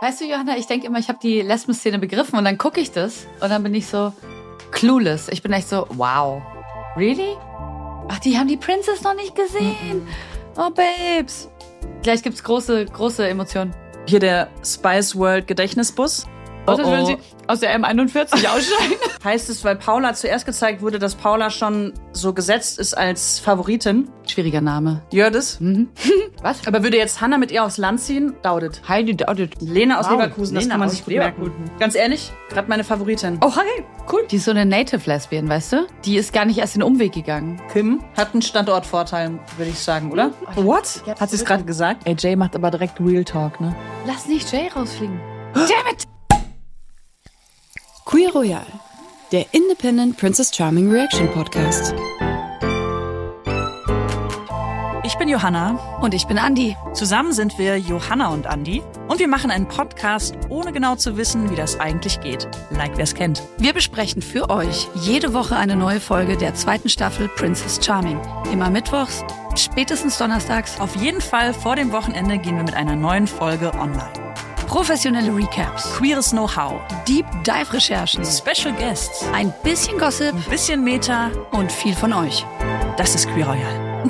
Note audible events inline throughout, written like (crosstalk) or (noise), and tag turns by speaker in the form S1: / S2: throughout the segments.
S1: Weißt du, Johanna, ich denke immer, ich habe die Lesben-Szene begriffen und dann gucke ich das und dann bin ich so clueless. Ich bin echt so, wow. Really? Ach, die haben die Princess noch nicht gesehen. Oh, Babes. Gleich gibt's große, große Emotionen.
S2: Hier der Spice World Gedächtnisbus.
S1: Oh, oh. würden sie aus der M41 aussteigen.
S2: (laughs) Heißt es, weil Paula zuerst gezeigt wurde, dass Paula schon so gesetzt ist als Favoritin.
S1: (laughs) Schwieriger Name.
S2: Jördis.
S3: Mhm.
S2: (laughs)
S1: Was?
S2: Aber würde jetzt Hannah mit ihr aufs Land ziehen? Daudet.
S1: Heidi Daudet.
S2: Lena aus
S3: Wow,
S2: Leverkusen, das
S3: Lena
S2: kann man
S3: aus
S2: sich gut merken.
S3: Leverkusen.
S2: Ganz ehrlich, gerade meine Favoritin.
S1: Oh, hi. Cool. Die ist so eine Native Lesbian, weißt du? Die ist gar nicht erst den Umweg gegangen.
S2: Kim hat einen Standortvorteil, würde ich sagen, oder? What?
S3: Ja, das
S2: Hat sie es
S3: ist
S2: gerade gesagt?
S3: AJ macht aber direkt Real Talk, ne?
S1: Lass nicht Jay rausfliegen. Damn it!
S4: Queer Royal, der Independent Princess Charming Reaction Podcast.
S2: Ich bin Johanna.
S1: Und ich bin Andi.
S2: Zusammen sind wir Johanna und Andi. Und wir machen einen Podcast, ohne genau zu wissen, wie das eigentlich geht. Like wer es kennt.
S1: Wir besprechen für euch jede Woche eine neue Folge der zweiten Staffel Princess Charming. Immer mittwochs, spätestens donnerstags.
S2: Auf jeden Fall vor dem Wochenende gehen wir mit einer neuen Folge online.
S1: Professionelle Recaps,
S2: Queeres Know-how,
S1: Deep Dive Recherchen,
S2: Special Guests,
S1: ein bisschen Gossip
S2: ein bisschen Meta.
S1: und viel von euch.
S2: Das ist Queer Royal.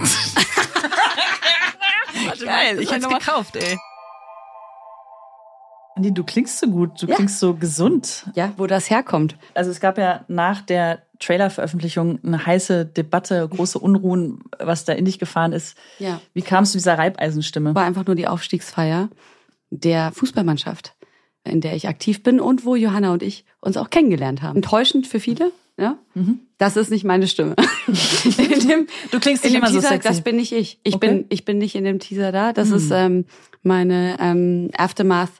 S2: Geil, ich hätte gekauft, ey. Andi, du klingst so gut, du
S1: Ja.
S2: klingst so gesund.
S1: Ja, wo das herkommt.
S2: Also es gab ja nach der Trailer-Veröffentlichung eine heiße Debatte, große Unruhen, was da in dich gefahren ist.
S1: Ja.
S2: Wie kam es zu dieser Reibeisenstimme?
S1: War einfach nur die Aufstiegsfeier der Fußballmannschaft, in der ich aktiv bin und wo Johanna und ich uns auch kennengelernt haben. Enttäuschend für viele, ja? Das ist nicht meine Stimme. (laughs) in dem,
S2: Du klingst
S1: in
S2: nicht
S1: dem
S2: immer so
S1: Teaser,
S2: sexy.
S1: das bin nicht ich. Ich
S2: Okay. Hm.
S1: bin ich bin nicht in dem Teaser da. Das ist ähm, meine ähm, Aftermath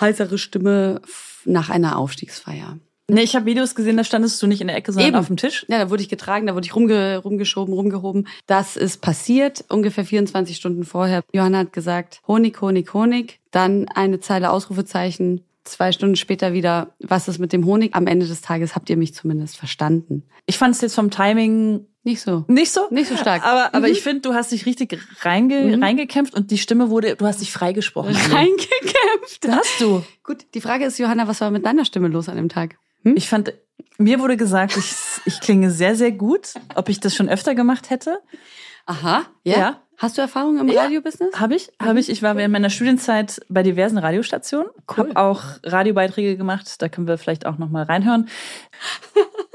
S1: heißere Stimme f- nach einer Aufstiegsfeier.
S2: Nee, ich habe Videos gesehen, da standest du nicht in der Ecke, sondern
S1: Eben.
S2: auf dem Tisch.
S1: Ja, da wurde ich getragen, da wurde ich rumge rumgeschoben, rumgehoben. Das ist passiert ungefähr 24 Stunden vorher. Johanna hat gesagt, Honig, Honig, Honig. Dann eine Zeile Ausrufezeichen. Zwei Stunden später wieder, was ist mit dem Honig? Am Ende des Tages habt ihr mich zumindest verstanden.
S2: Ich fand es jetzt vom Timing
S1: Nicht so.
S2: nicht so.
S1: Nicht so stark. Mhm.
S2: Aber, aber ich finde, du hast dich richtig reinge reingekämpft und die Stimme wurde, du hast dich freigesprochen.
S1: (laughs) Reingekämpft.
S2: Hast du?
S1: Gut, die Frage ist, Johanna, was war mit deiner Stimme los an dem Tag?
S2: Ich fand, mir wurde gesagt, ich, ich klinge sehr, sehr gut. Ob ich das schon öfter gemacht hätte?
S1: Aha, ja.
S2: Ja.
S1: Hast du Erfahrung im Radiobusiness?
S2: Habe ich, habe
S1: Mhm.
S2: ich. Ich war während meiner Studienzeit bei diversen Radiostationen, habe auch Radiobeiträge gemacht. Da können wir vielleicht auch noch mal
S1: (laughs)
S2: reinhören.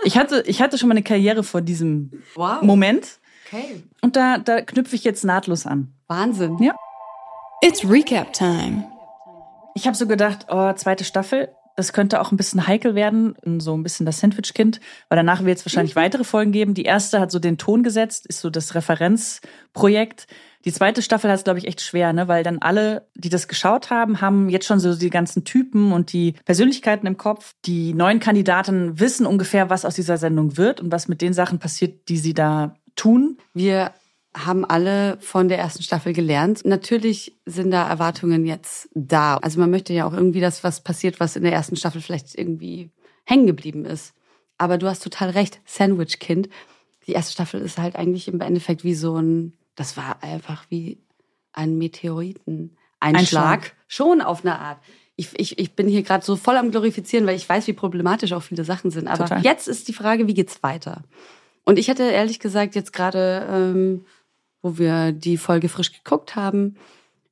S2: Ich hatte, ich hatte schon mal eine Karriere vor diesem
S1: Wow.
S2: Moment
S1: Okay.
S2: und da, da knüpfe ich jetzt nahtlos an.
S1: Wahnsinn.
S2: Ja.
S4: It's Recap Time.
S2: Ich habe so gedacht, oh, zweite Staffel, das könnte auch ein bisschen heikel werden, so ein bisschen das Sandwich-Kind, weil danach wird es wahrscheinlich weitere Folgen geben. Die erste hat so den Ton gesetzt, ist so das Referenzprojekt. Die zweite Staffel hat es, glaube ich, echt schwer, ne? weil dann alle, die das geschaut haben, haben jetzt schon so die ganzen Typen und die Persönlichkeiten im Kopf. Die neuen Kandidaten wissen ungefähr, was aus dieser Sendung wird und was mit den Sachen passiert, die sie da tun.
S1: Wir haben alle von der ersten Staffel gelernt. Natürlich sind da Erwartungen jetzt da. Also man möchte ja auch irgendwie, dass was passiert, was in der ersten Staffel vielleicht irgendwie hängen geblieben ist. Aber du hast total recht, Sandwich Kind. Die erste Staffel ist halt eigentlich im Endeffekt wie so ein, das war einfach wie ein Meteoriten. Einschlag.
S2: Einschlag.
S1: Schon auf eine Art. Ich, ich, ich bin hier gerade so voll am Glorifizieren, weil ich weiß, wie problematisch auch viele Sachen sind. Aber
S2: Total.
S1: jetzt ist die Frage, wie geht's weiter? Und ich hatte ehrlich gesagt jetzt gerade, ähm, wo wir die Folge frisch geguckt haben,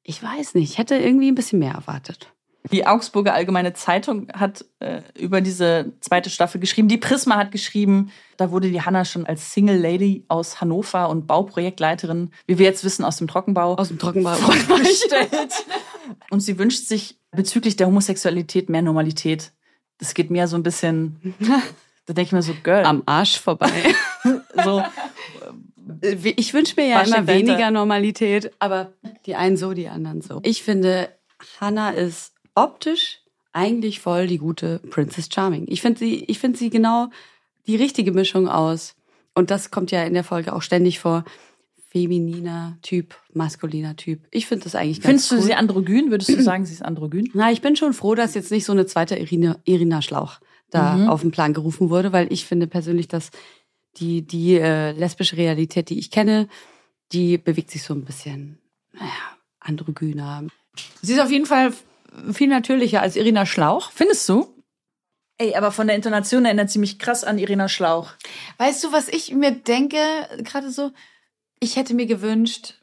S1: ich weiß nicht, ich hätte irgendwie ein bisschen mehr erwartet.
S2: Die Augsburger Allgemeine Zeitung hat äh, über diese zweite Staffel geschrieben. Die Prisma hat geschrieben, da wurde die Hanna schon als Single Lady aus Hannover und Bauprojektleiterin, wie wir jetzt wissen, aus dem Trockenbau
S1: Aus dem Trockenbau.
S2: gestellt. Und sie wünscht sich bezüglich der Homosexualität mehr Normalität. Das geht mir so ein (laughs) bisschen, da denke ich mir so, Girl,
S1: Am Arsch vorbei.
S2: so,
S1: Äh, Ich wünsche mir ja
S2: Was
S1: immer
S2: steckt dahinter?
S1: weniger Normalität, aber die einen so, die anderen so. Ich finde, Hannah ist optisch eigentlich voll die gute Princess Charming. Ich finde sie, ich finde sie genau die richtige Mischung aus. Und das kommt ja in der Folge auch ständig vor. Femininer Typ, maskuliner Typ. Ich finde das eigentlich ganz
S2: findest
S1: cool.
S2: du sie androgyn? Würdest du sagen, sie ist androgyn?
S1: Na, ich bin schon froh, dass jetzt nicht so eine zweite Irina, Irina Schlauch da auf den Plan gerufen wurde, weil ich finde persönlich, dass die, die äh, lesbische Realität, die ich kenne, die bewegt sich so ein bisschen, naja, androgyner. Sie ist auf jeden Fall viel natürlicher als Irina Schlauch.
S2: Findest du? Ey, aber von der Intonation erinnert sie mich krass an Irina Schlauch.
S1: Weißt du, was ich mir denke, gerade so, ich hätte mir gewünscht,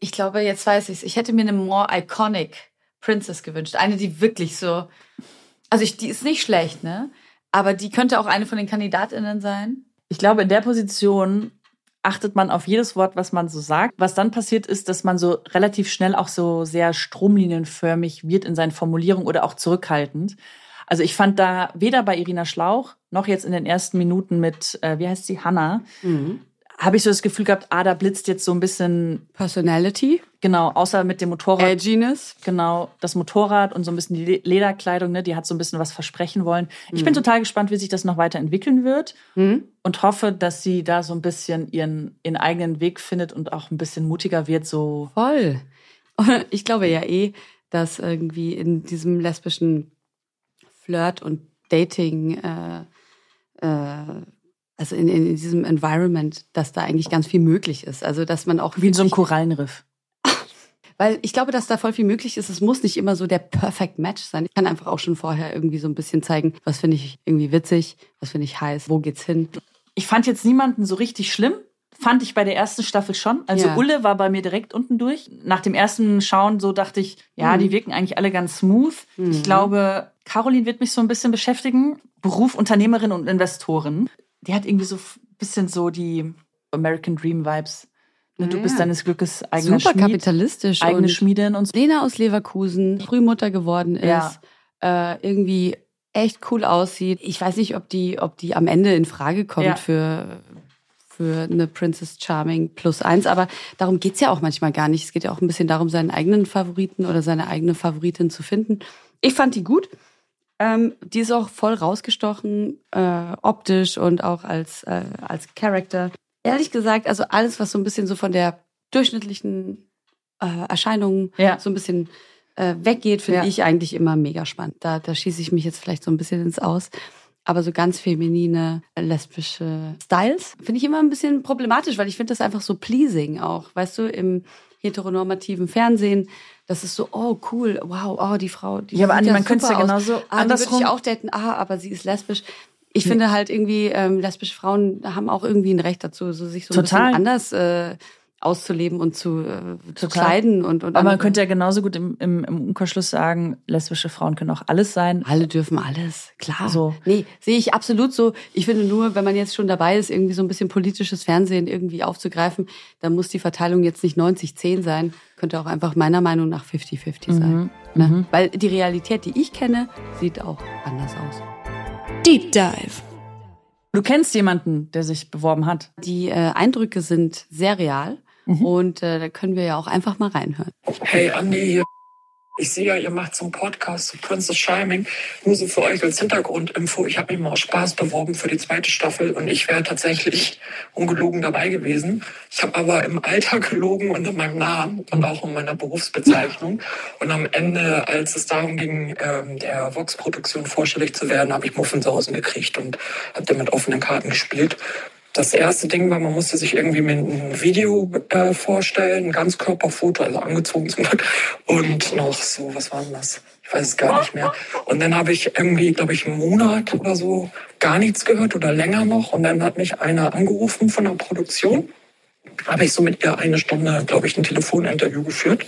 S1: ich glaube, jetzt weiß ich's, ich hätte mir eine more iconic Princess gewünscht. Eine, die wirklich so, also ich, die ist nicht schlecht, ne? Aber die könnte auch eine von den KandidatInnen sein.
S2: Ich glaube, in der Position achtet man auf jedes Wort, was man so sagt. Was dann passiert ist, dass man so relativ schnell auch so sehr stromlinienförmig wird in seinen Formulierungen oder auch zurückhaltend. Also ich fand da weder bei Irina Schlauch noch jetzt in den ersten Minuten mit, äh, wie heißt sie, Hanna, habe ich so das Gefühl gehabt, ah, da blitzt jetzt so ein bisschen,
S1: Personality,
S2: genau, außer mit dem
S1: Äh,
S2: Motorrad.
S1: Edginess.
S2: Genau, das Motorrad und so ein bisschen die Le- Lederkleidung, ne, die hat so ein bisschen was versprechen wollen. Ich bin total gespannt, wie sich das noch weiterentwickeln wird und hoffe, dass sie da so ein bisschen ihren, ihren eigenen Weg findet und auch ein bisschen mutiger wird, so
S1: Voll. (laughs) Ich glaube ja eh, dass irgendwie in diesem lesbischen Flirt und Dating, äh, äh, also in, in diesem Environment, dass da eigentlich ganz viel möglich ist. Also dass man auch
S2: wie in so einem Korallenriff.
S1: Weil ich glaube, dass da voll viel möglich ist. Es muss nicht immer so der Perfect Match sein. Ich kann einfach auch schon vorher irgendwie so ein bisschen zeigen, was finde ich irgendwie witzig, was finde ich heiß, wo geht's hin.
S2: Ich fand jetzt niemanden so richtig schlimm. Fand ich bei der ersten Staffel schon. Also
S1: Ja.
S2: Ulle war bei mir direkt unten durch. Nach dem ersten Schauen so dachte ich,
S1: Mhm.
S2: ja, die wirken eigentlich alle ganz smooth. Ich glaube, Caroline wird mich so ein bisschen beschäftigen. Beruf Unternehmerin und Investorin. Die hat irgendwie so ein bisschen so die American Dream Vibes. Ne, Du
S1: Ah, Ja,
S2: bist
S1: ja.
S2: deines Glückes eigener
S1: Super
S2: Schmied,
S1: kapitalistisch.
S2: eigene
S1: und-
S2: Schmiedin und so.
S1: Lena aus Leverkusen, Frühmutter geworden ist,
S2: Ja.
S1: äh, irgendwie echt cool aussieht. Ich weiß nicht, ob die, ob die am Ende in Frage kommt
S2: Ja.
S1: für, für eine Princess Charming plus eins, aber darum geht's ja auch manchmal gar nicht. Es geht ja auch ein bisschen darum, seinen eigenen Favoriten oder seine eigene Favoritin zu finden. Ich fand die gut. Ähm, die ist auch voll rausgestochen, äh, optisch und auch als, äh, als Charakter. Ehrlich gesagt, also alles, was so ein bisschen so von der durchschnittlichen äh, Erscheinung
S2: Ja.
S1: so ein bisschen äh, weggeht, finde
S2: Ja.
S1: ich eigentlich immer mega spannend. Da, da schieße ich mich jetzt vielleicht so ein bisschen ins Aus. Aber so ganz feminine, äh, lesbische Styles finde ich immer ein bisschen problematisch, weil ich finde das einfach so pleasing auch. Weißt du, im heteronormativen Fernsehen, das ist so, oh cool, wow, oh, die Frau. Die
S2: Ja, aber Andi,
S1: sieht
S2: man könnte es ja
S1: super aus.
S2: genauso
S1: ah, die würde
S2: andersrum-
S1: Ich auch daten, ah, aber sie ist lesbisch. Ich finde halt irgendwie, ähm, lesbische Frauen haben auch irgendwie ein Recht dazu, so sich so
S2: Total.
S1: ein bisschen anders äh, auszuleben und zu, äh, zu
S2: Total.
S1: kleiden. Und, und
S2: Aber man
S1: andere-
S2: könnte ja genauso gut im, im, im Umkehrschluss sagen, lesbische Frauen können auch alles sein.
S1: Alle dürfen alles, klar.
S2: So.
S1: Nee, sehe ich absolut so. Ich finde nur, wenn man jetzt schon dabei ist, irgendwie so ein bisschen politisches Fernsehen irgendwie aufzugreifen, dann muss die Verteilung jetzt nicht 90-10 sein, könnte auch einfach meiner Meinung nach
S2: Mhm,
S1: 50-50 sein. Ne? Weil die Realität, die ich kenne, sieht auch anders aus.
S4: Deep Dive.
S2: Du kennst jemanden, der sich beworben hat.
S1: Die äh, Eindrücke sind sehr real und äh, da können wir ja auch einfach mal reinhören.
S5: Hey Andi, hier. ich sehe ja, ihr macht so einen Podcast zu Princess Charming. Nur so für euch als Hintergrundinfo. Ich habe mich mal aus Spaß beworben für die zweite Staffel und ich wäre tatsächlich ungelogen dabei gewesen. Ich habe aber im Alter gelogen und in meinem Namen und auch in meiner Berufsbezeichnung. Und am Ende, als es darum ging, ähm, der Vox-Produktion vorstellig zu werden, habe ich Muffinshausen gekriegt und habe damit offenen Karten gespielt. Das erste Ding war, man musste sich irgendwie mit einem Video äh, vorstellen, ein Ganzkörperfoto, also angezogen zum Glück. Und noch so, was war denn das? Ich weiß es gar nicht mehr. Und dann habe ich irgendwie, glaube ich, einen Monat oder so gar nichts gehört oder länger noch. Und dann hat mich einer angerufen von der Produktion habe ich so mit ihr eine Stunde, glaube ich, ein Telefoninterview geführt.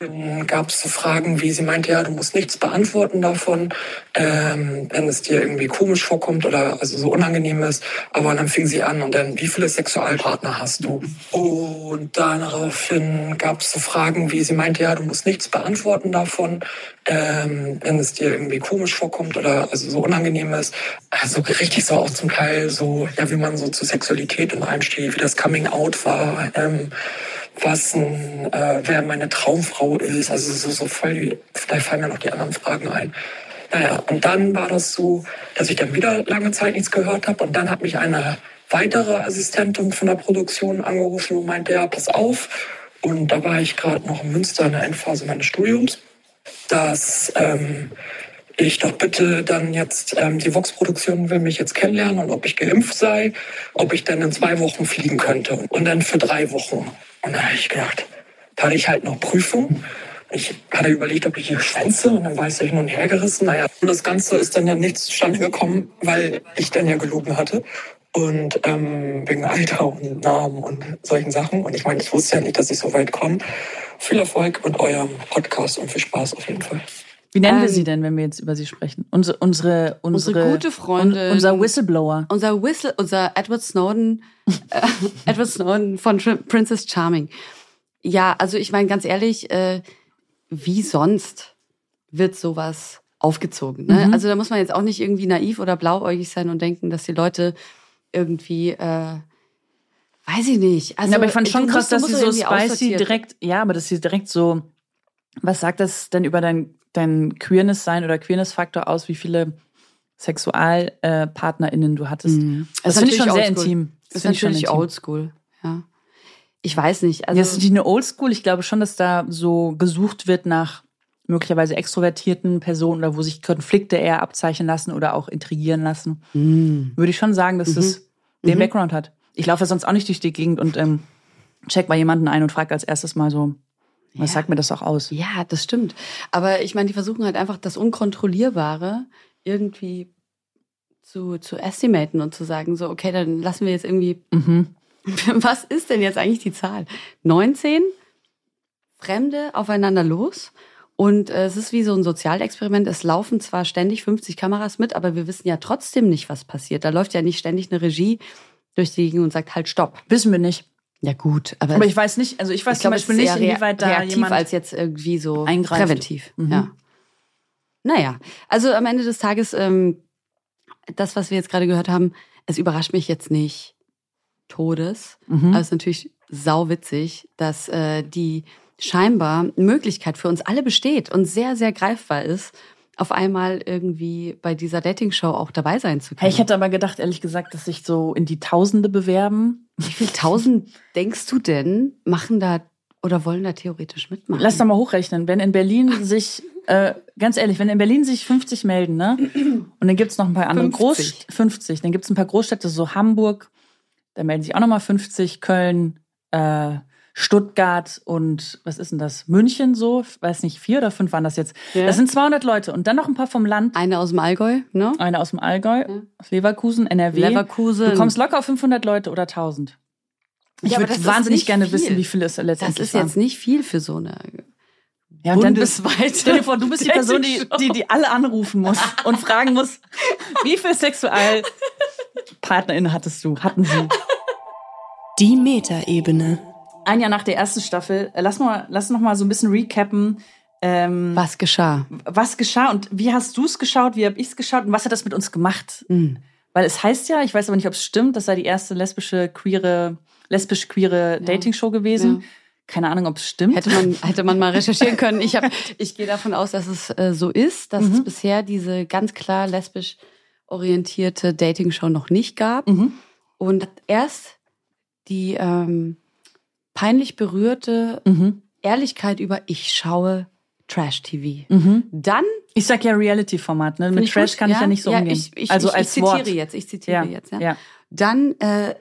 S5: Dann gab es so Fragen, wie sie meinte, ja, du musst nichts beantworten davon, ähm, wenn es dir irgendwie komisch vorkommt oder also so unangenehm ist. Aber dann fing sie an und dann, wie viele Sexualpartner hast du? Und daraufhin gab es so Fragen, wie sie meinte, ja, du musst nichts beantworten davon, ähm, wenn es dir irgendwie komisch vorkommt oder also so unangenehm ist. Also richtig so auch zum Teil so, ja, wie man so zu Sexualität und allem steht, wie das Coming Out war, ähm, was ein, äh, wer meine Traumfrau ist. Also so, so voll, vielleicht fallen mir noch die anderen Fragen ein. Naja, und dann war das so, dass ich dann wieder lange Zeit nichts gehört habe. Und dann hat mich eine weitere Assistentin von der Produktion angerufen und meinte, ja, pass auf. Und da war ich gerade noch in Münster in der Endphase meines Studiums dass ähm, ich doch bitte dann jetzt, ähm, die Vox-Produktion will mich jetzt kennenlernen und ob ich geimpft sei, ob ich dann in zwei Wochen fliegen könnte und dann für drei Wochen. Und da habe ich gedacht, da hatte ich halt noch Prüfung. Ich hatte überlegt, ob ich hier schwänze und dann war ich so hin und her gerissen. Naja, und das Ganze ist dann ja nicht zustande gekommen, weil ich dann ja gelogen hatte. Und ähm, wegen Alter und Namen und solchen Sachen. Und ich meine, ich wusste ja nicht, dass ich so weit komme. Viel Erfolg mit eurem Podcast und viel Spaß auf jeden Fall.
S2: Wie nennen wir
S1: Ähm,
S2: sie denn, wenn wir jetzt über sie sprechen? Unsere, unsere, unsere,
S1: gute Freundin.
S2: Un, unser Whistleblower.
S1: unser Whistle, unser Edward Snowden, äh, (laughs) Edward Snowden von Tr Princess Charming. Ja, also ich meine ganz ehrlich, äh, wie sonst wird sowas aufgezogen?
S2: Mhm.
S1: Ne? Also da muss man jetzt auch nicht irgendwie naiv oder blauäugig sein und denken, dass die Leute irgendwie, äh, weiß ich nicht. Also
S2: ja, aber ich fand
S1: du
S2: schon
S1: musst-
S2: krass,
S1: du
S2: dass
S1: musst
S2: sie
S1: doch
S2: so
S1: irgendwie
S2: spicy
S1: aussortiert-
S2: direkt, ja, aber dass sie direkt so, was sagt das denn über dein, dein Queerness-Sein oder Queerness-Faktor aus, wie viele SexualpartnerInnen äh, PartnerInnen du hattest? Das,
S1: Mhm. ist
S2: finde ich schon
S1: natürlich
S2: sehr
S1: oldschool.
S2: intim.
S1: Das ist
S2: finde ich schon
S1: natürlich
S2: intim.
S1: oldschool. Ja, ich weiß nicht. Also
S2: das ist nicht eine Oldschool. Ich glaube schon, dass da so gesucht wird nach möglicherweise extrovertierten Personen oder wo sich Konflikte eher abzeichnen lassen oder auch intrigieren lassen.
S1: Mm.
S2: Würde ich schon sagen, dass es
S1: Mhm.
S2: den Background hat. Ich laufe sonst auch nicht durch die Gegend und ähm, check mal jemanden ein und frage als erstes mal so, was sagt mir das auch aus?
S1: Ja, das stimmt. Aber ich meine, die versuchen halt einfach das Unkontrollierbare irgendwie zu, zu estimaten und zu sagen, so, okay, dann lassen wir jetzt irgendwie,
S2: Mhm.
S1: (laughs) was ist denn jetzt eigentlich die Zahl? 19 Fremde aufeinander los. Und äh, es ist wie so ein Sozialexperiment. Es laufen zwar ständig 50 Kameras mit, aber wir wissen ja trotzdem nicht, was passiert. Da läuft ja nicht ständig eine Regie durch die Gegend und sagt halt Stopp.
S2: Wissen wir nicht.
S1: Ja gut, aber,
S2: Aber ich weiß nicht, also ich weiß
S1: ich
S2: zum
S1: glaube,
S2: Beispiel
S1: es ist
S2: nicht,
S1: eher rea-
S2: inwieweit da
S1: reaktiv
S2: jemand...
S1: als jetzt irgendwie so
S2: eingreift.
S1: präventiv.
S2: Mhm.
S1: Ja. Naja, also am Ende des Tages, ähm, das, was wir jetzt gerade gehört haben, es überrascht mich jetzt nicht Todes.
S2: mhm.
S1: Aber es ist natürlich sauwitzig, dass äh, die scheinbar Möglichkeit für uns alle besteht und sehr, sehr greifbar ist, auf einmal irgendwie bei dieser Dating-Show auch dabei sein zu
S2: hey,
S1: können.
S2: ich hätte aber gedacht, ehrlich gesagt, dass sich so in die Tausende bewerben.
S1: Wie viel Tausend denkst du denn, machen da oder wollen da theoretisch mitmachen?
S2: Lass doch mal hochrechnen. Wenn in Berlin sich, äh, ganz ehrlich, wenn in Berlin sich 50 melden, ne? Und dann gibt's noch ein paar andere
S1: 50.
S2: Großstädte. 50. Dann gibt's ein paar Großstädte, so Hamburg, da melden sich auch nochmal 50, Köln, äh, Stuttgart und was ist denn das? München so, Ich weiß nicht, vier oder fünf waren das jetzt.
S1: Ja.
S2: Das sind 200 Leute und dann noch ein paar vom Land.
S1: Eine aus dem Allgäu, ne?
S2: Eine aus dem Allgäu,
S1: Ja.
S2: aus Leverkusen, NRW.
S1: Leverkusen.
S2: Du kommst locker auf 500 Leute oder 1000. Ich
S1: Ja, aber das
S2: würde
S1: ist
S2: wahnsinnig
S1: nicht
S2: gerne
S1: viel.
S2: wissen, wie viele es letztendlich
S1: das ist
S2: waren.
S1: jetzt nicht viel für so eine
S2: Ja, und dann bist, Stell dir vor, du (laughs) bist die Person, die, die, die alle anrufen muss und fragen muss, wie viel Sexualpartnerinnen hattest du, hatten sie?
S4: Die Metaebene.
S2: Ein Jahr nach der ersten Staffel, äh, lass, mal, lass noch mal so ein bisschen recappen, ähm,
S1: Was geschah? Hm.
S2: was geschah und wie hast du es geschaut, wie habe ich es geschaut und was hat das mit uns gemacht? Weil es heißt ja, ich weiß aber nicht, ob es stimmt, das sei die erste lesbische, queere, lesbisch-queere Dating-Show gewesen.
S1: Ja.
S2: Keine Ahnung, ob es stimmt.
S1: Hätte man, hätte man
S2: (laughs)
S1: mal recherchieren können. Ich, hab, ich gehe davon aus, dass es äh, so ist, dass
S2: Mhm.
S1: es bisher diese ganz klar lesbisch orientierte Dating-Show noch nicht gab.
S2: Mhm.
S1: Und erst die ähm, peinlich berührte
S2: Mhm.
S1: Ehrlichkeit über Ich schaue Trash-TV.
S2: Mhm.
S1: Dann
S2: Ich sag ja Reality-Format, ne? Mit
S1: ich
S2: Trash
S1: gut,
S2: kann ich ja nicht so umgehen.
S1: Ich, ich,
S2: also
S1: ich,
S2: als
S1: ich zitiere
S2: Wort.
S1: jetzt, ne? ich zitiere
S2: ja.
S1: jetzt. Ja.
S2: ja.
S1: Dann äh,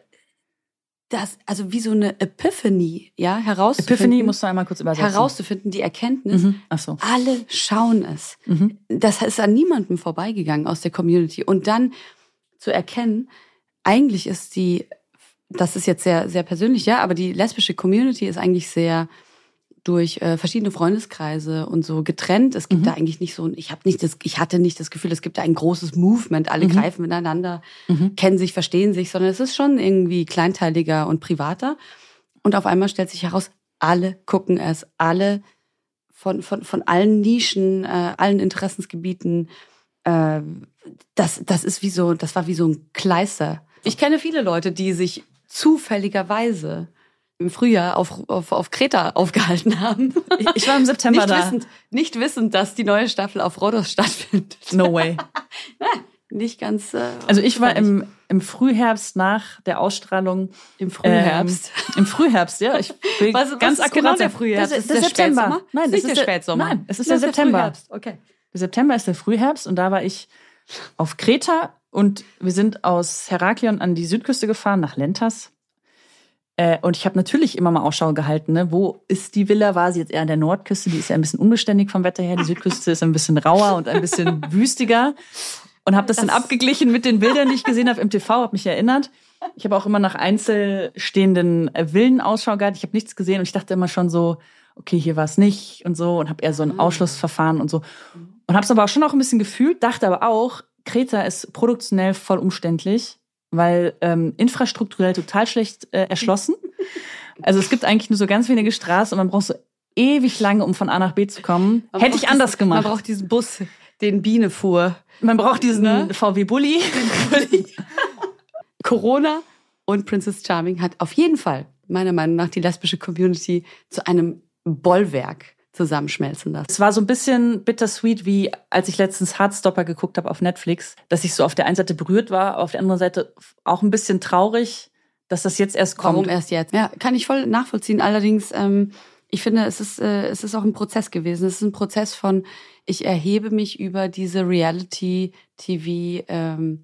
S1: das, also wie so eine Epiphany, ja, herauszufinden.
S2: Epiphany musst du einmal kurz übersetzen.
S1: herauszufinden, die Erkenntnis,
S2: Mhm. Ach so.
S1: alle schauen es. (laughs)
S2: Mhm.
S1: Das ist an niemandem vorbeigegangen aus der Community. Und dann zu erkennen, eigentlich ist die, das ist jetzt sehr, sehr persönlich, ja, aber die lesbische Community ist eigentlich sehr durch äh, verschiedene Freundeskreise und so getrennt. Es gibt da eigentlich nicht so ein, ich habe nicht das, ich hatte nicht das Gefühl, es gibt da ein großes Movement, alle greifen miteinander, kennen sich, verstehen sich, sondern es ist schon irgendwie kleinteiliger und privater. Und auf einmal stellt sich heraus, alle gucken es, alle von, von, von allen Nischen, äh, allen Interessensgebieten. Äh, das, das ist wie so, das war wie so ein Kleister. Ich kenne viele Leute, die sich zufälligerweise im Frühjahr auf, auf, auf Kreta aufgehalten (laughs) haben.
S2: Ich, ich war im September
S1: Nicht
S2: da.
S1: wissend, nicht wissend, dass die neue Staffel auf Rhodos stattfindet.
S2: No way.
S1: Nicht ganz. Äh,
S2: Also ich war im, im Frühherbst nach der Ausstrahlung.
S1: im Frühherbst.
S2: Ähm, Im Frühherbst, ja.
S1: (laughs)
S2: Ich will
S1: Was- was
S2: ähm, ganz
S1: ist
S2: akkurat
S1: genau der
S2: sein.
S1: Frühherbst?
S2: Das
S1: Ist
S2: ist der,
S1: das
S2: September.
S1: Spätsommer? Nein,
S2: Nicht
S1: das ist der Spätsommer.
S2: Nein, es ist
S1: Das
S2: der
S1: ist der
S2: September.
S1: Frühherbst, okay.
S2: Der September ist der Frühherbst und da war ich auf Kreta und wir sind aus Heraklion an die Südküste gefahren, nach Lentas. Äh, und ich habe natürlich immer mal Ausschau gehalten, ne? wo ist die Villa? War sie jetzt eher an der Nordküste? Die ist ja ein bisschen unbeständig vom Wetter her. Die Südküste ist ein bisschen rauer und ein bisschen wüstiger. Und habe das, dann abgeglichen mit den Bildern, die ich gesehen habe im TV, habe mich erinnert. Ich habe auch immer nach einzelstehenden äh, Villen Ausschau gehalten. Ich habe nichts gesehen und ich dachte immer schon so, okay, hier war es nicht und so. Und habe eher so ein Ausschlussverfahren und so. Und habe es aber auch schon auch ein bisschen gefühlt, dachte aber auch, Kreta ist produktionell voll umständlich weil ähm, infrastrukturell total schlecht äh, (laughs) erschlossen. Also es gibt eigentlich nur so ganz wenige Straßen und man braucht so ewig lange, um von A nach B zu kommen.
S1: Man
S2: Hätte
S1: braucht
S2: ich anders
S1: diesen,
S2: gemacht.
S1: Man braucht diesen Bus, den Biene fuhr.
S2: Man braucht diesen
S1: Ne?
S2: VW Bulli.
S1: Corona und Princess Charming hat auf jeden Fall, meiner Meinung nach, die lesbische Community zu einem Bollwerk zusammenschmelzen lassen.
S2: Es war so ein bisschen bittersweet, wie als ich letztens Heartstopper geguckt habe auf Netflix, dass ich so auf der einen Seite berührt war, aber auf der anderen Seite auch ein bisschen traurig, dass das jetzt erst kommt.
S1: Warum erst jetzt? Ja, kann ich voll nachvollziehen. Allerdings, ähm, ich finde, es ist, äh, es ist auch ein Prozess gewesen. Es ist ein Prozess von, ich erhebe mich über diese Reality-TV, ähm,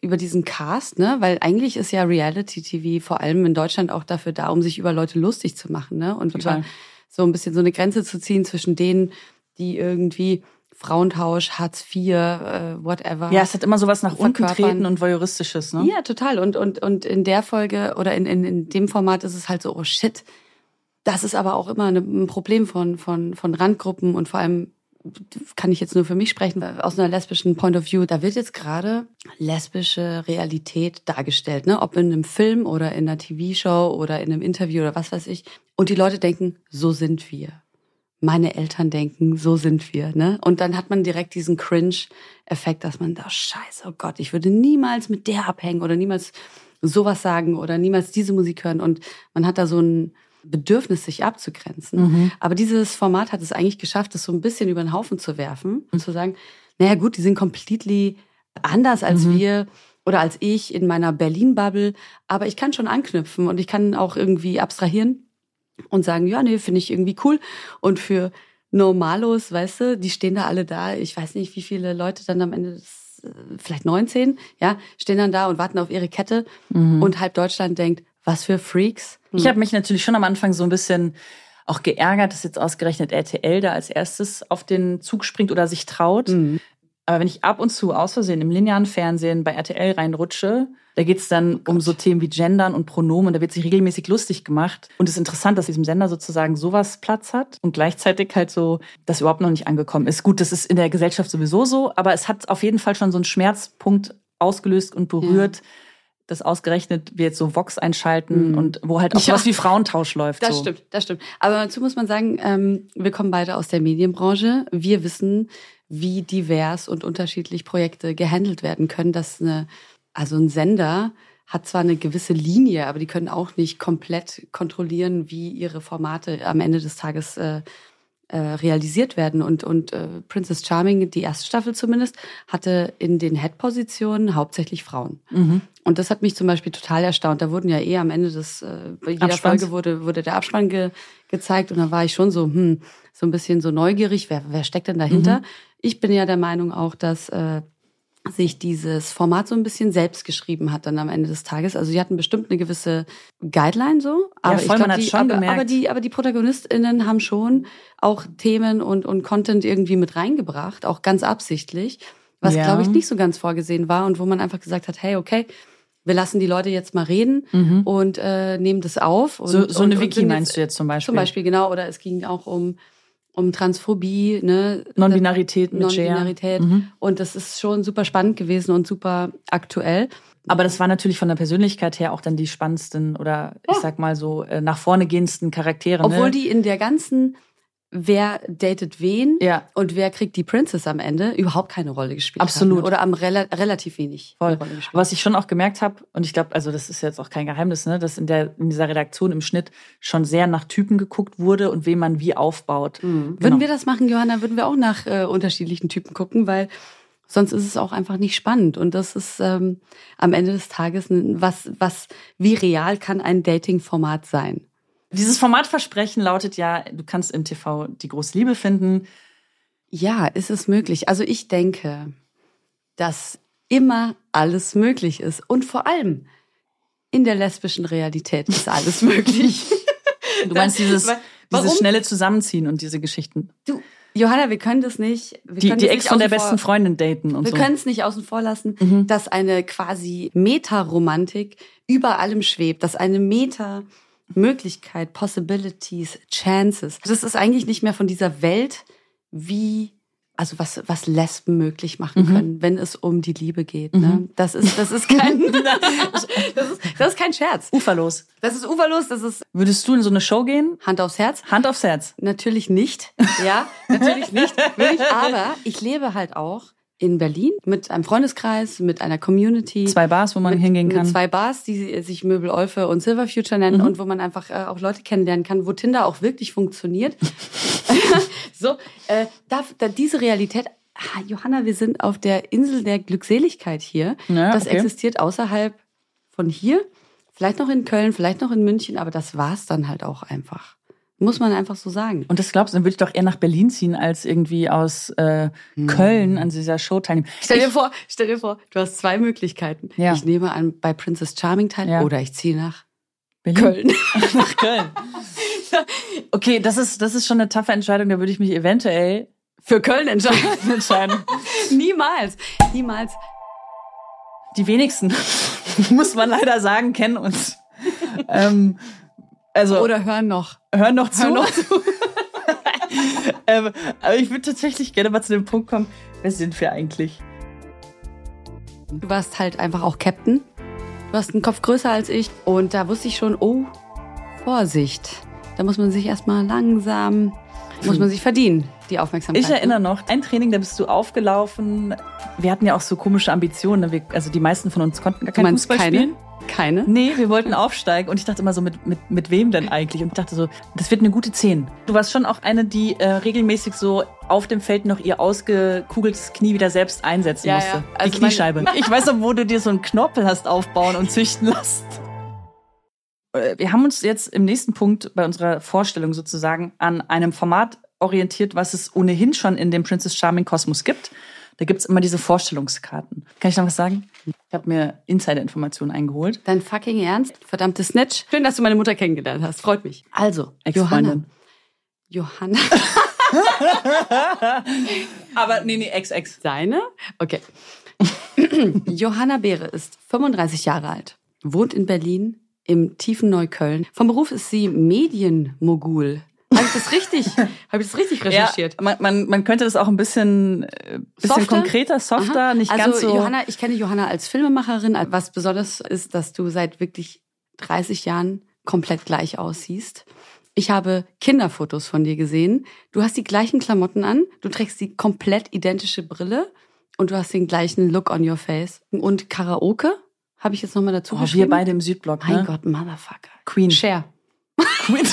S1: über diesen Cast, ne? Weil eigentlich ist ja Reality-TV vor allem in Deutschland auch dafür da, um sich über Leute lustig zu machen, ne? Und
S2: Total.
S1: über so ein bisschen so eine Grenze zu ziehen zwischen denen, die irgendwie Frauentausch, Hartz IV, äh, whatever.
S2: ja, es hat immer sowas nach unten
S1: Verkörpern.
S2: treten und voyeuristisches, ne?
S1: Ja, total. Und, und, und in der Folge oder in, in, in dem Format ist es halt so, oh shit. Das ist aber auch immer eine- ein Problem von, von, von Randgruppen und vor allem kann ich jetzt nur für mich sprechen, aus einer lesbischen Point of View. Da wird jetzt gerade lesbische Realität dargestellt, ne? Ob in einem Film oder in einer TV-Show oder in einem Interview oder was weiß ich. Und die Leute denken, so sind wir meine Eltern denken, so sind wir, ne? Und dann hat man direkt diesen Cringe-Effekt, dass man da, scheiße, oh Gott, ich würde niemals mit der abhängen oder niemals sowas sagen oder niemals diese Musik hören. Und man hat da so ein Bedürfnis, sich abzugrenzen.
S2: Mhm.
S1: Aber dieses Format hat es eigentlich geschafft, das so ein bisschen über den Haufen zu werfen und zu sagen, naja gut, die sind completely anders als wir oder als ich in meiner Berlin-Bubble, aber ich kann schon anknüpfen und ich kann auch irgendwie abstrahieren und sagen, ja, nee, finde ich irgendwie cool. Und für Normalos, weißt du, die stehen da alle da. Ich weiß nicht, wie viele Leute dann am Ende, des, äh, vielleicht 19, ja, stehen dann da und warten auf ihre Kette. Und halb Deutschland denkt, was für Freaks.
S2: Ich habe mich natürlich schon am Anfang so ein bisschen auch geärgert, dass jetzt ausgerechnet RTL da als erstes auf den Zug springt oder sich traut. Aber wenn ich ab und zu aus Versehen im linearen Fernsehen bei RTL reinrutsche, da geht's dann um so Themen wie Gendern und Pronomen. Da wird sich regelmäßig lustig gemacht. Und es ist interessant, dass diesem Sender sozusagen sowas Platz hat und gleichzeitig halt so, das überhaupt noch nicht angekommen ist. Gut, das ist in der Gesellschaft sowieso so, aber es hat auf jeden Fall schon so einen Schmerzpunkt ausgelöst und berührt. Dass ausgerechnet wir jetzt so Vox einschalten und wo halt auch
S1: Ja.
S2: was wie Frauentausch läuft.
S1: Das
S2: so.
S1: stimmt, das stimmt. Aber dazu muss man sagen, ähm, wir kommen beide aus der Medienbranche. Wir wissen, wie divers und unterschiedlich Projekte gehandelt werden können. Dass eine, also ein Sender hat zwar eine gewisse Linie, aber die können auch nicht komplett kontrollieren, wie ihre Formate am Ende des Tages äh, äh, realisiert werden. Und, und äh, Princess Charming, die erste Staffel zumindest, hatte in den Head-Positionen hauptsächlich Frauen. Und das hat mich zum Beispiel total erstaunt. Da wurden ja eh am Ende des, äh, bei jeder
S2: Abspanns.
S1: Folge wurde, wurde der Abspann ge, gezeigt und da war ich schon so, hm, so ein bisschen so neugierig, wer, wer steckt denn dahinter? Ich bin ja der Meinung auch, dass äh, sich dieses Format so ein bisschen selbst geschrieben hat dann am Ende des Tages. Also sie hatten bestimmt eine gewisse Guideline so, aber
S2: voll,
S1: ich
S2: man
S1: glaube,
S2: hat's
S1: die,
S2: schon
S1: aber,
S2: gemerkt.
S1: aber die, aber die ProtagonistInnen haben schon auch Themen und, und Content irgendwie mit reingebracht, auch ganz absichtlich, was
S2: Ja.
S1: glaube ich nicht so ganz vorgesehen war und wo man einfach gesagt hat, hey, okay, wir lassen die Leute jetzt mal reden und äh, nehmen das auf. Und,
S2: Mhm. So, so
S1: und,
S2: eine
S1: und
S2: Wiki
S1: sind
S2: meinst du jetzt zum Beispiel?
S1: Zum Beispiel, genau. Oder es ging auch um, um Transphobie, ne?
S2: Non-Binarität mit Share. Mhm.
S1: Non-Binarität. Und das ist schon super spannend gewesen und super aktuell.
S2: Aber das war natürlich von der Persönlichkeit her auch dann die spannendsten oder ich sag mal so äh, nach vorne gehendsten Charaktere.
S1: Obwohl
S2: ne?
S1: die in der ganzen, wer datet wen
S2: Ja.
S1: und wer kriegt die Princess am Ende, überhaupt keine Rolle gespielt
S2: Absolut.
S1: haben. Oder am rela relativ wenig
S2: Voll.
S1: eine Rolle gespielt.
S2: Was ich schon auch gemerkt habe, und ich glaube, also das ist jetzt auch kein Geheimnis, ne, dass in, der, in dieser Redaktion im Schnitt schon sehr nach Typen geguckt wurde und wem man wie aufbaut.
S1: Mhm.
S2: Genau.
S1: Würden wir das machen, Johanna, würden wir auch nach äh, unterschiedlichen Typen gucken, weil sonst ist es auch einfach nicht spannend. Und das ist ähm, am Ende des Tages, ein- was, was, wie real kann ein Dating-Format sein?
S2: Dieses Formatversprechen lautet ja, du kannst im TV die große Liebe finden.
S1: Ja, ist es möglich? Also ich denke, dass immer alles möglich ist. Und vor allem, in der lesbischen Realität
S2: (laughs)
S1: ist alles möglich.
S2: Du meinst dieses,
S1: Wa- warum?
S2: dieses schnelle Zusammenziehen und diese Geschichten.
S1: Du, Johanna, wir können das nicht. Wir
S2: Die,
S1: können
S2: die
S1: das
S2: Ex
S1: nicht
S2: von der
S1: außen vor-
S2: besten Freundin daten und
S1: Wir
S2: so.
S1: können es nicht außen vor lassen,
S2: Mhm.
S1: dass eine quasi Metaromantik über allem schwebt, dass eine Meta Möglichkeit, Possibilities, Chances. Das ist eigentlich nicht mehr von dieser Welt, wie also was was Lesben möglich
S2: Mhm.
S1: machen können, wenn es um die Liebe geht. Ne? Das ist das
S2: (laughs)
S1: ist kein (laughs) das, ist, das ist kein Scherz.
S2: Uferlos.
S1: Das ist uferlos. Das ist
S2: Würdest du in so eine Show gehen?
S1: Hand aufs Herz.
S2: Hand aufs Herz.
S1: Natürlich nicht. Ja, natürlich nicht. Will ich, aber ich lebe halt auch in Berlin mit einem Freundeskreis, mit einer Community.
S2: Zwei Bars, wo man
S1: mit,
S2: hingehen kann. Mhm.
S1: Mit zwei Bars, die sich Möbel Olfe und Silver Future nennen und wo man einfach äh, auch Leute kennenlernen kann, wo Tinder auch
S2: (laughs)
S1: wirklich funktioniert. so, äh, da, da diese Realität. Ah, Johanna, wir sind auf der Insel der Glückseligkeit hier.
S2: Ja,
S1: das
S2: okay.
S1: existiert außerhalb von hier. Vielleicht noch in Köln, vielleicht noch in München, aber das war's dann halt auch einfach. Muss man einfach so sagen.
S2: und das glaubst du, dann würde ich doch eher nach Berlin ziehen, als irgendwie aus äh, Köln an dieser Show teilnehmen.
S1: Stell dir vor, stell dir vor, du hast zwei Möglichkeiten.
S2: Ja.
S1: Ich nehme an bei Princess Charming teil
S2: Ja.
S1: oder ich ziehe nach
S2: Berlin?
S1: Köln. (laughs)
S2: nach Köln. Okay, das ist, das ist schon eine taffe Entscheidung, da würde ich mich eventuell
S1: Für Köln entscheiden.
S2: (laughs) entscheiden.
S1: Niemals. Niemals.
S2: Die wenigsten, (laughs) muss man leider sagen, kennen uns. ähm, also,
S1: Oder hören noch.
S2: hören noch zu.
S1: Hören noch
S2: (laughs) ähm, aber ich würde tatsächlich gerne mal zu dem Punkt kommen, wer sind wir eigentlich?
S1: Du warst halt einfach auch Captain. Du hast einen Kopf größer als ich. Und da wusste ich schon, oh, Vorsicht. Da muss man sich erstmal langsam, muss man sich verdienen, die Aufmerksamkeit.
S2: Ich erinnere noch, ein Training, da bist du aufgelaufen. Wir hatten ja auch so komische Ambitionen. ne? Wir, also die meisten von uns konnten gar
S1: Du
S2: kein
S1: meinst
S2: Fußball
S1: keine?
S2: spielen.
S1: Keine?
S2: Nee, wir wollten aufsteigen und ich dachte immer so, mit, mit, mit wem denn eigentlich? Und ich dachte so, das wird eine gute 10. Du warst schon auch eine, die äh, regelmäßig so auf dem Feld noch ihr ausgekugeltes Knie wieder selbst einsetzen
S1: Ja,
S2: musste.
S1: ja. Also
S2: die (laughs) Kniescheibe. Ich weiß noch, wo du dir so einen Knorpel hast aufbauen und züchten lassen. Äh, Wir haben uns jetzt im nächsten Punkt bei unserer Vorstellung sozusagen an einem Format orientiert, was es ohnehin schon in dem Princess Charming Kosmos gibt. Da gibt's immer diese Vorstellungskarten. Kann ich noch was sagen? Ich habe mir Insider-Informationen eingeholt.
S1: Dein fucking Ernst? Verdammte Snitch. Schön, dass du meine Mutter kennengelernt hast. Freut mich.
S2: Also,
S1: Ex-Freundin. Johanna.
S2: Aber nee, nee, ex-ex.
S1: Seine? Okay. Johanna Beere ist 35 Jahre alt, wohnt in Berlin im tiefen Neukölln. Vom Beruf ist sie Medienmogul. Habe ich das richtig? Habe ich das richtig
S2: Ja,
S1: recherchiert?
S2: man, man, man könnte das auch ein bisschen, äh, bisschen
S1: Softer?
S2: konkreter, softer,
S1: Aha.
S2: nicht
S1: also
S2: ganz so.
S1: Johanna, ich kenne Johanna als Filmemacherin. Was besonders ist, dass du seit wirklich 30 Jahren komplett gleich aussiehst. Ich habe Kinderfotos von dir gesehen. Du hast die gleichen Klamotten an, du trägst die komplett identische Brille und du hast den gleichen Look on your face. Und Karaoke habe ich jetzt nochmal dazu
S2: oh,
S1: geschrieben.
S2: wir beide im Südblock,
S1: Mein
S2: ne?
S1: Gott, Motherfucker.
S2: Queen.
S1: Cher. (laughs)
S2: Queen.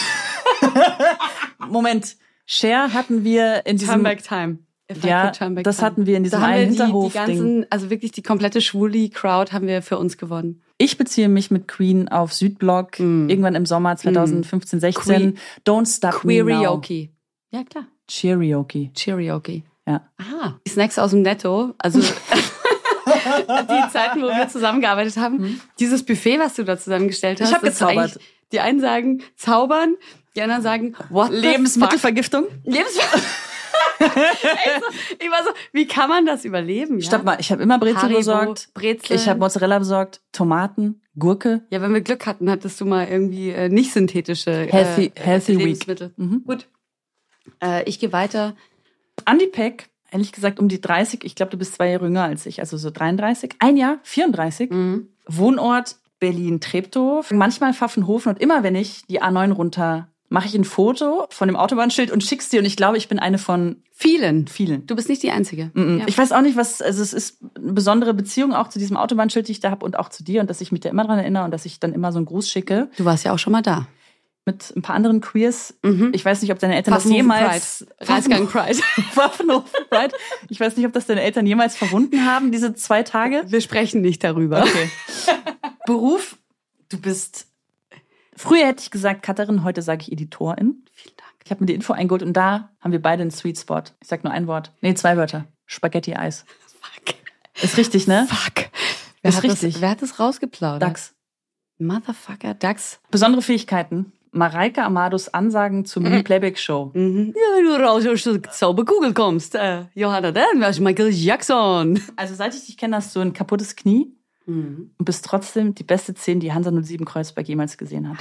S2: Moment. Cher hatten wir in diesem.
S1: Time. If
S2: Ja,
S1: I could turn back
S2: das
S1: time.
S2: hatten wir in diesem
S1: da haben
S2: einen
S1: wir die, die
S2: Hinterhof-Ding.
S1: ganzen, also wirklich die komplette schwuli Crowd haben wir für uns gewonnen.
S2: Ich beziehe mich mit Queen auf Südblock
S1: Mm.
S2: irgendwann im Sommer 2015, 16. Don't stop me now.
S1: Queerioki. Ja, klar.
S2: Cheerioke.
S1: Cheerioki.
S2: Ja.
S1: Ah. Die Snacks aus dem Netto,
S2: (laughs)
S1: also die Zeiten, wo wir zusammengearbeitet haben. Dieses Buffet, was du da zusammengestellt
S2: Mhm.
S1: hast.
S2: Ich hab
S1: das ist
S2: gezaubert.
S1: eigentlich- Die einen sagen zaubern, die anderen sagen what the fuck?
S2: Lebensmittelvergiftung?
S1: Lebensmittel. (laughs) Ey, so, ich war so, wie kann man das überleben? Ja?
S2: Stopp mal, ich habe immer Brezel
S1: Haribo,
S2: besorgt.
S1: Brezel.
S2: Ich habe Mozzarella besorgt, Tomaten, Gurke.
S1: Ja, wenn wir Glück hatten, hattest du mal irgendwie äh, nicht synthetische
S2: Healthy-
S1: äh,
S2: healthy Mhm. week.
S1: Lebensmittel. Gut. Äh, ich gehe weiter.
S2: Andy Peck, ehrlich gesagt um die 30, ich glaube, du bist zwei Jahre jünger als ich, also so 33. Ein Jahr, 34. Wohnort Berlin-Treptow. Manchmal Pfaffenhofen und immer, wenn ich die A9 runter, mache ich ein Foto von dem Autobahnschild und schick's dir. Und ich glaube, ich bin eine von
S1: Vielen.
S2: vielen.
S1: Du bist nicht die Einzige.
S2: Mhm.
S1: Ja.
S2: Ich weiß auch nicht, was, also es ist eine besondere Beziehung auch zu diesem Autobahnschild, die ich da habe und auch zu dir und dass ich mich da immer dran erinnere und dass ich dann immer so einen Gruß schicke
S1: Du warst ja auch schon mal da.
S2: mit ein paar anderen Queers.
S1: Mhm.
S2: Ich weiß nicht, ob deine Eltern das
S1: Pfaffenhofen
S2: jemals
S1: Pride.
S2: (laughs)
S1: Reisgang Pride.
S2: Pfaffenhofen Pride. Ich weiß nicht, ob das deine Eltern jemals verwunden haben, diese zwei Tage.
S1: Wir sprechen nicht darüber.
S2: Okay. (laughs) Beruf, du bist. Früher hätte ich gesagt Cutterin, heute sage ich Editorin.
S1: Vielen Dank.
S2: Ich habe mir die Info eingeholt und da haben wir beide einen Sweet Spot. Ich sag nur ein Wort. Nee, zwei Wörter. Spaghetti Eis.
S1: Fuck.
S2: Ist richtig, ne?
S1: (laughs) Fuck. Wer
S2: Ist
S1: hat
S2: richtig.
S1: Das, wer hat das rausgeplaudert?
S2: Dax.
S1: Motherfucker Dax.
S2: Besondere Fähigkeiten. Mareike Amados Ansagen zur Mini-Playback-Show.
S1: Mhm. Ja, wenn du raus aus der Zauberkugel kommst, äh, Johanna, dann wärst du Michael Jackson.
S2: Also seit ich dich kenne, hast du ein kaputtes Knie
S1: Mhm.
S2: und bist trotzdem die beste 10, die Hansa 07 Kreuzberg jemals gesehen hat.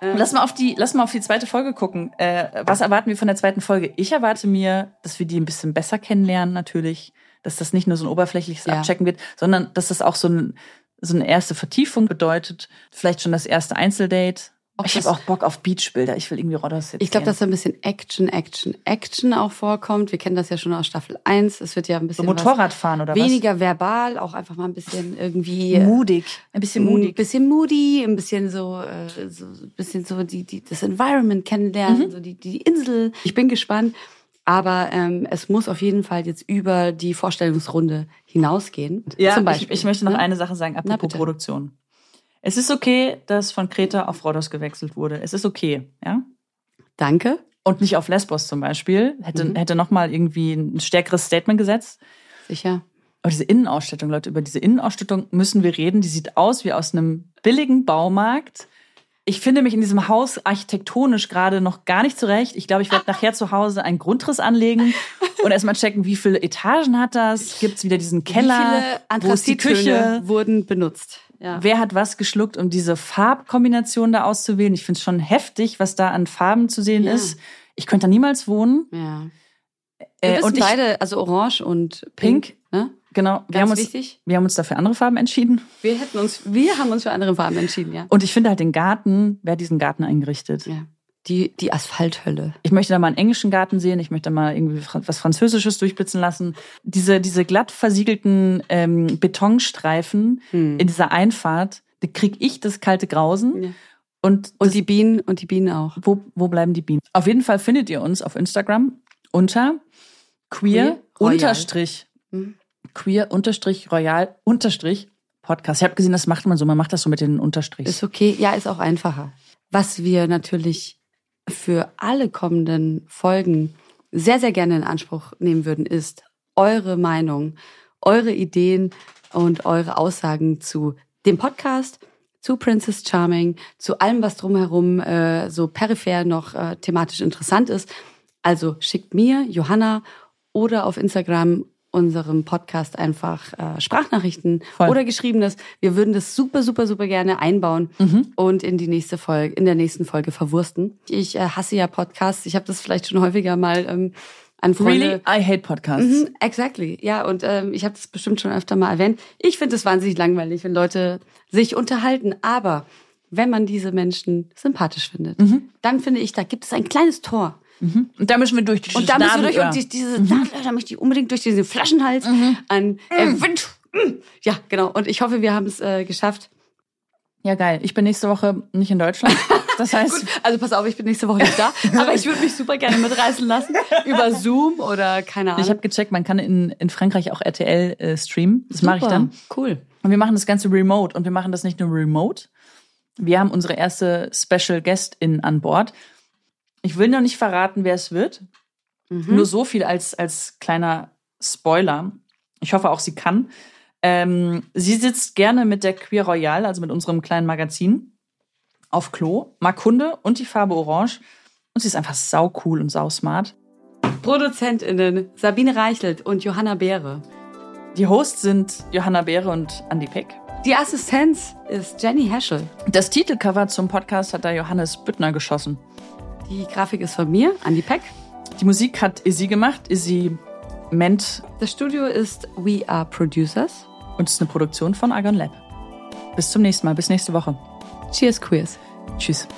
S1: Ähm,
S2: Ah, Lass mal auf die, lass mal auf die zweite Folge gucken. Äh, was erwarten wir von der zweiten Folge? Ich erwarte mir, dass wir die ein bisschen besser kennenlernen, natürlich. Dass das nicht nur so ein oberflächliches
S1: Ja.
S2: Abchecken wird, sondern dass das auch so, ein, so eine erste Vertiefung bedeutet. Vielleicht schon das erste Einzeldate.
S1: Auch
S2: ich
S1: das-
S2: habe auch Bock auf Beachbilder. Ich will irgendwie Rodders jetzt.
S1: Ich glaube, dass
S2: das
S1: da ein bisschen Action, Action, Action auch vorkommt. Wir kennen das ja schon aus Staffel 1. Es wird ja ein
S2: so
S1: bisschen
S2: Motorradfahren oder
S1: was weniger verbal, auch einfach mal ein bisschen irgendwie
S2: was?
S1: äh,
S2: Mutig. Ein bisschen
S1: Ein
S2: mutig.
S1: bisschen moody, ein bisschen so, äh, so ein bisschen so die, die, das Environment kennenlernen, so die, die Insel. Mhm. Ich bin gespannt. Aber ähm, es muss auf jeden Fall jetzt über die Vorstellungsrunde hinausgehen.
S2: Ja,
S1: Zum Beispiel.
S2: Ich, ich möchte noch
S1: Ne?
S2: eine Sache sagen, apropos
S1: bitte.
S2: Produktion. Es ist okay, dass von Kreta auf Rhodos gewechselt wurde. Es ist okay, ja.
S1: Danke.
S2: und nicht auf Lesbos zum Beispiel, hätte,
S1: Mhm.
S2: hätte nochmal irgendwie ein stärkeres Statement gesetzt.
S1: Sicher.
S2: Aber diese Innenausstattung, Leute, über diese Innenausstattung müssen wir reden. Die sieht aus wie aus einem billigen Baumarkt. Ich finde mich in diesem Haus architektonisch gerade noch gar nicht zurecht. Ich glaube, ich
S1: (laughs)
S2: werde nachher zu Hause einen Grundriss anlegen und erstmal checken, wie viele Etagen hat das? Gibt es wieder diesen Keller?
S1: Wie viele
S2: Wo ist die Küche?
S1: Anthrazittöne wurden benutzt? Ja.
S2: Wer hat was geschluckt, um diese Farbkombination da auszuwählen? Ich finde es schon heftig, was da an Farben zu sehen
S1: Ja.
S2: ist. Ich könnte da niemals wohnen.
S1: ja. Wir
S2: Äh,
S1: wissen
S2: und ich,
S1: beide, also orange und pink.
S2: Pink.
S1: ne?
S2: Genau, wir
S1: Ganz
S2: haben, uns,
S1: wichtig.
S2: wir haben uns dafür andere Farben entschieden.
S1: Wir hätten uns, wir haben uns für andere Farben entschieden, ja.
S2: Und ich finde halt den Garten, wer hat diesen Garten eingerichtet?
S1: ja. Die, die Asphalthölle.
S2: Ich möchte da mal einen englischen Garten sehen, ich möchte da mal irgendwie fra- was Französisches durchblitzen lassen. Diese, diese glatt versiegelten ähm, Betonstreifen in dieser Einfahrt, da kriege ich das kalte Grausen.
S1: Ja.
S2: Und, das,
S1: Und die Bienen und die Bienen auch.
S2: wo, wo bleiben die Bienen? Auf jeden Fall findet ihr uns auf Instagram unter queer,
S1: Queer Royal.
S2: unterstrich
S1: Mhm.
S2: queer unterstrich royal unterstrich Podcast. Ich habe gesehen, das macht man so, man macht das so mit den Unterstrichen.
S1: Ist okay. Ja, ist auch einfacher. Was wir natürlich für alle kommenden Folgen sehr, sehr gerne in Anspruch nehmen würden, ist eure Meinung, eure Ideen und eure Aussagen zu dem Podcast, zu Princess Charming, zu allem, was drumherum äh, so peripher noch äh, thematisch interessant ist. Also schickt mir, Johanna oder auf Instagram unserem Podcast einfach äh, Sprachnachrichten
S2: Voll.
S1: oder geschriebenes. Wir würden das super, super, super gerne einbauen und in die nächste Folge, in der nächsten Folge verwursten. Ich äh, hasse ja Podcasts. Ich habe das vielleicht schon häufiger mal ähm, an Freunde.
S2: Really? I hate Podcasts.
S1: Mhm, exactly. Ja, und ähm, ich habe das bestimmt schon öfter mal erwähnt. Ich finde es wahnsinnig langweilig, wenn Leute sich unterhalten. Aber wenn man diese Menschen sympathisch findet, dann finde ich, da gibt es ein kleines Tor.
S2: Und da müssen wir durch.
S1: Und da müssen wir durch und die, diese Nadelöhr, da möchte ich unbedingt durch diesen Flaschenhals an äh, Wind. Mm. Ja, genau. Und ich hoffe, wir haben es äh, geschafft.
S2: Ja, geil. Ich bin nächste Woche nicht in
S1: (laughs)
S2: Deutschland. Das heißt,
S1: Also pass auf, ich bin nächste Woche
S2: (laughs)
S1: nicht da, aber ich würde mich super gerne mitreißen lassen über Zoom oder keine Ahnung.
S2: ich habe gecheckt, man kann in, in Frankreich auch RTL äh, streamen. Das mache ich
S1: Super.
S2: dann.
S1: Cool.
S2: Und wir machen das Ganze remote. Und wir machen das nicht nur remote. Wir haben unsere erste Special Guest-In an Bord. Ich will noch nicht verraten, wer es wird.
S1: Mhm.
S2: Nur so viel als, als kleiner Spoiler. Ich hoffe auch, sie kann. Ähm, sie sitzt gerne mit der Queer Royal, also mit unserem kleinen Magazin, auf Klo, mag Hunde und die Farbe Orange. Und sie ist einfach saucool und sausmart.
S1: ProduzentInnen Sabine Reichelt und Johanna Beere.
S2: Die Hosts sind Johanna Beere und Andy Peck.
S1: Die Assistenz ist Jenny Heschel.
S2: Das Titelcover zum Podcast hat da Johannes Büttner geschossen.
S1: Die Grafik ist von mir, Andi Peck.
S2: Die Musik hat Izzy gemacht. Izzy Ment
S1: Das Studio ist We Are Producers.
S2: und es ist eine Produktion von Argon Lab. Bis zum nächsten Mal, bis nächste Woche.
S1: Cheers, Queers.
S2: Tschüss. (laughs)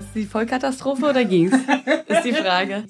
S1: Ist die Vollkatastrophe oder ging's? ist die Frage.